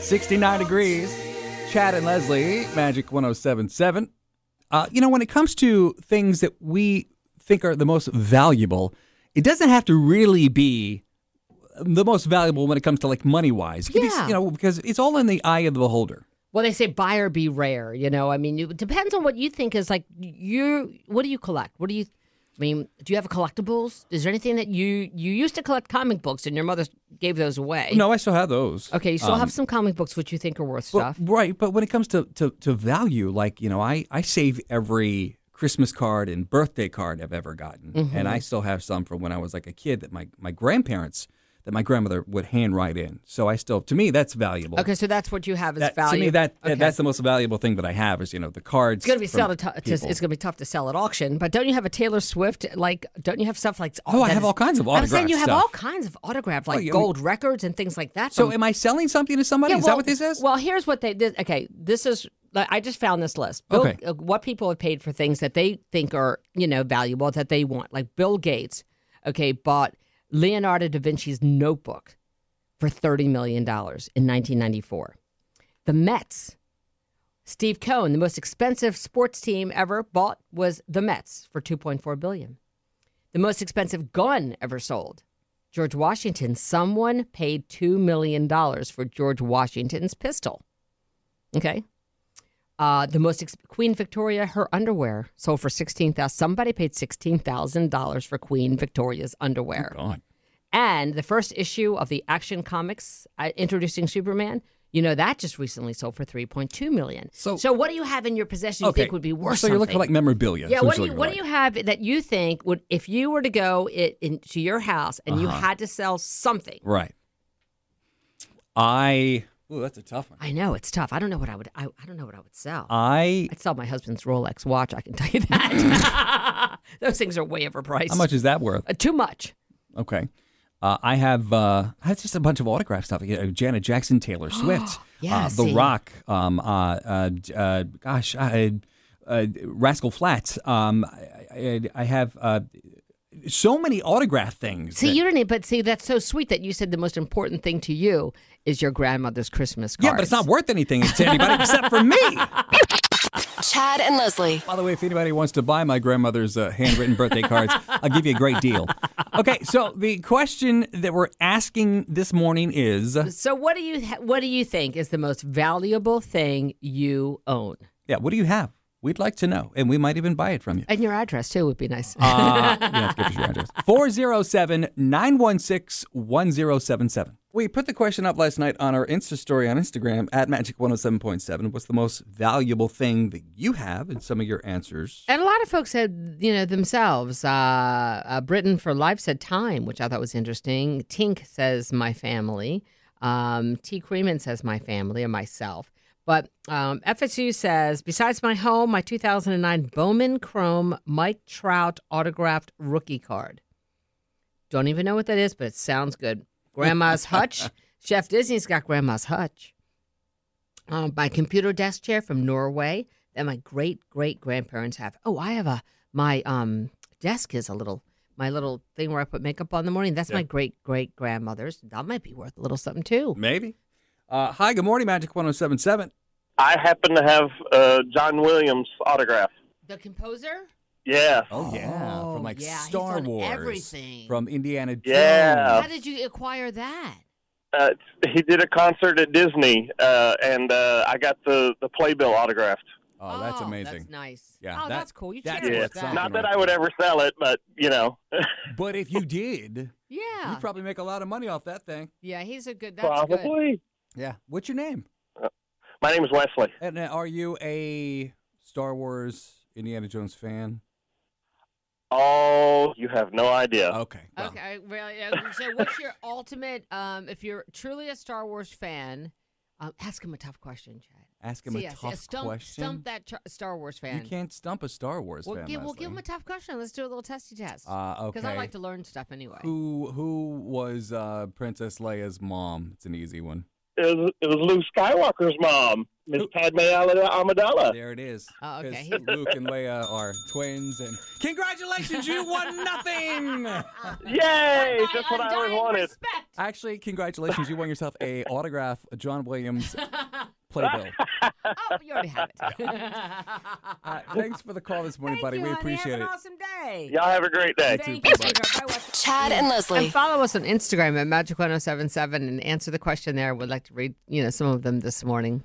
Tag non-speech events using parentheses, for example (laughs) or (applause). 69 degrees. Chad and Leslie, Magic 1077. Uh, you know, when it comes to things that we think are the most valuable, it doesn't have to really be the most valuable when it comes to like money wise. Yeah. you know, because it's all in the eye of the beholder. Well, they say buy or be rare. You know, I mean, it depends on what you think is like you. What do you collect? What do you? I mean, do you have collectibles? Is there anything that you you used to collect comic books and your mother gave those away? No, I still have those. Okay, you still Um, have some comic books which you think are worth But- stuff. right, but when it comes to, to, to value, like you know, I, I save every Christmas card and birthday card I've ever gotten, Mm-hmm. and I still have some from when I was like a kid that my, my grandparents that my grandmother would handwrite in. So I still, to me, that's valuable. Okay, so that's what you have as That- value. to me, that okay. that's the most valuable thing that I have is you know the cards. It's gonna be from sell to, to people. it's gonna be tough to sell at auction. But don't you have a Taylor Swift like? Don't you have stuff like? Oh, I that have is- all kinds of I'm saying autographed you have stuff. Oh, all kinds of autographed like yeah, we- gold records and things like that. so from- am I selling something to somebody? Yeah, is well, that what this is? Well, here's what they this, okay. This is like, I just found this list. Bill, Okay. uh, what people have paid for things that they think are you know valuable that they want, like Bill Gates. Okay, bought Leonardo da Vinci's notebook for thirty million dollars in 1994. The Mets. Steve Cohen, the most expensive sports team ever bought was the Mets for 2.4 billion. The most expensive gun ever sold. George Washington, someone paid $2 million for George Washington's pistol. Okay. Uh, the most ex- Queen Victoria, her underwear sold for sixteen thousand. Somebody paid sixteen thousand dollars for Queen Victoria's underwear. God. And the first issue of the Action Comics uh, introducing Superman, you know that just recently sold for three point two million. So- what do you have in your possession you think would be worth? So you're looking something? for like memorabilia. Yeah, So what it's do you like- what do you have that you think would if you were to go it, into your house and Uh-huh. you had to sell something? Right. I. Ooh, that's a tough one. I know it's tough. I don't know what I would. I, I don't know what I would sell. Uh, I. I'd sell my husband's Rolex watch. I can tell you (laughs) that. (laughs) Those things are way overpriced. How much is that worth? Uh, too much. Okay. Uh, I have uh, I have just a bunch of autograph stuff. You know, Janet Jackson, (gasps) Taylor Swift, Yeah, uh, see. The Rock, um, uh, uh, j- uh, gosh, uh, uh, Rascal Flats. Um, I, I, I have uh, so many autograph things. See, that- you didn't. But see, that's so sweet that you said the most important thing to you is your grandmother's Christmas card. yeah, but it's not worth anything to anybody except for (laughs) me. Chad and Leslie. By the way, if anybody wants to buy my grandmother's uh, handwritten birthday cards, I'll give you a great deal. Okay, so the question that we're asking this morning is So, what do you ha- what do you think is the most valuable thing you own? yeah, what do you have? We'd like to know, and we might even buy it from you. And your address too would be nice. Uh, (laughs) you have to give us (laughs) your address. 407 916 1077. We put the question up last night on our Insta story on Instagram at Magic 107.7. What's the most valuable thing that you have? And some of your answers. And a lot of folks said, you know, themselves. Uh, uh, Britain for Life said time, which I thought was interesting. Tink says my family. Um, T. Creeman says my family or myself. But um, FSU says, besides my home, my 2009 Bowman Chrome Mike Trout autographed rookie card. Don't even know what that is, but it sounds good. (laughs) Grandma's Hutch. Chef Disney's got Grandma's Hutch. Um, my computer desk chair from Norway that my great great grandparents have. Oh, I have a my um desk is a little my little thing where I put makeup on in the morning. That's my great great grandmother's. That might be worth a little something too. Maybe. Uh, hi, good morning, Magic 1077. I happen to have uh, John Williams' autograph. The composer. Yeah. Oh, yeah. Oh, from like yeah, he's Star on Wars. everything. From Indiana Jones. Yeah. How did you acquire that? Uh, he did a concert at Disney, uh, and uh, I got the, the playbill autographed. Oh, that's amazing. That's nice. Yeah, Oh, that- that's cool. You that's cherished worth that. something. Not that I would ever sell it, but, you know, (laughs) But if you (laughs) did, Yeah. you'd probably make a lot of money off that thing. yeah. He's a good. That's good. probably. Yeah. What's your name? My name is Wesley. And uh, are you a Star Wars Indiana Jones fan? Oh, you have no idea. Okay. well, Okay, really. uh, So, what's your ultimate? Um, if you're truly a Star Wars fan, um, ask him a tough question, Chad. Ask him See, a yeah, see, tough stump, question. Stump that ch- Star Wars fan. you can't stump a Star Wars We'll fan. give, we'll give him a Leslie. tough question. Let's do a little testy test. Uh, okay. Because I like to learn stuff anyway. Who who was uh, Princess Leia's mom? It's an easy one. it was, it was Luke Skywalker's mom, Miss Who- Padme Amidala. Amidala. There it is. Oh, okay. 'Cause Luke and Leia are twins, (laughs) and congratulations, you won nothing. (laughs) Yay! Just what I always wanted. Respect. Actually, congratulations, you won yourself a autograph a John (laughs) Williams playbill. Oh, you (laughs) already have it. Uh, thanks for the call this morning, Thank buddy. you, we honey. appreciate have it. an awesome day. Y'all have a great day. Thank too. you. Bye-bye. sweetheart. Bye, watch- Chad and Leslie. And follow oh us on Instagram at Magic1077 and answer the question there. We'd like to read, you know, some of them this morning.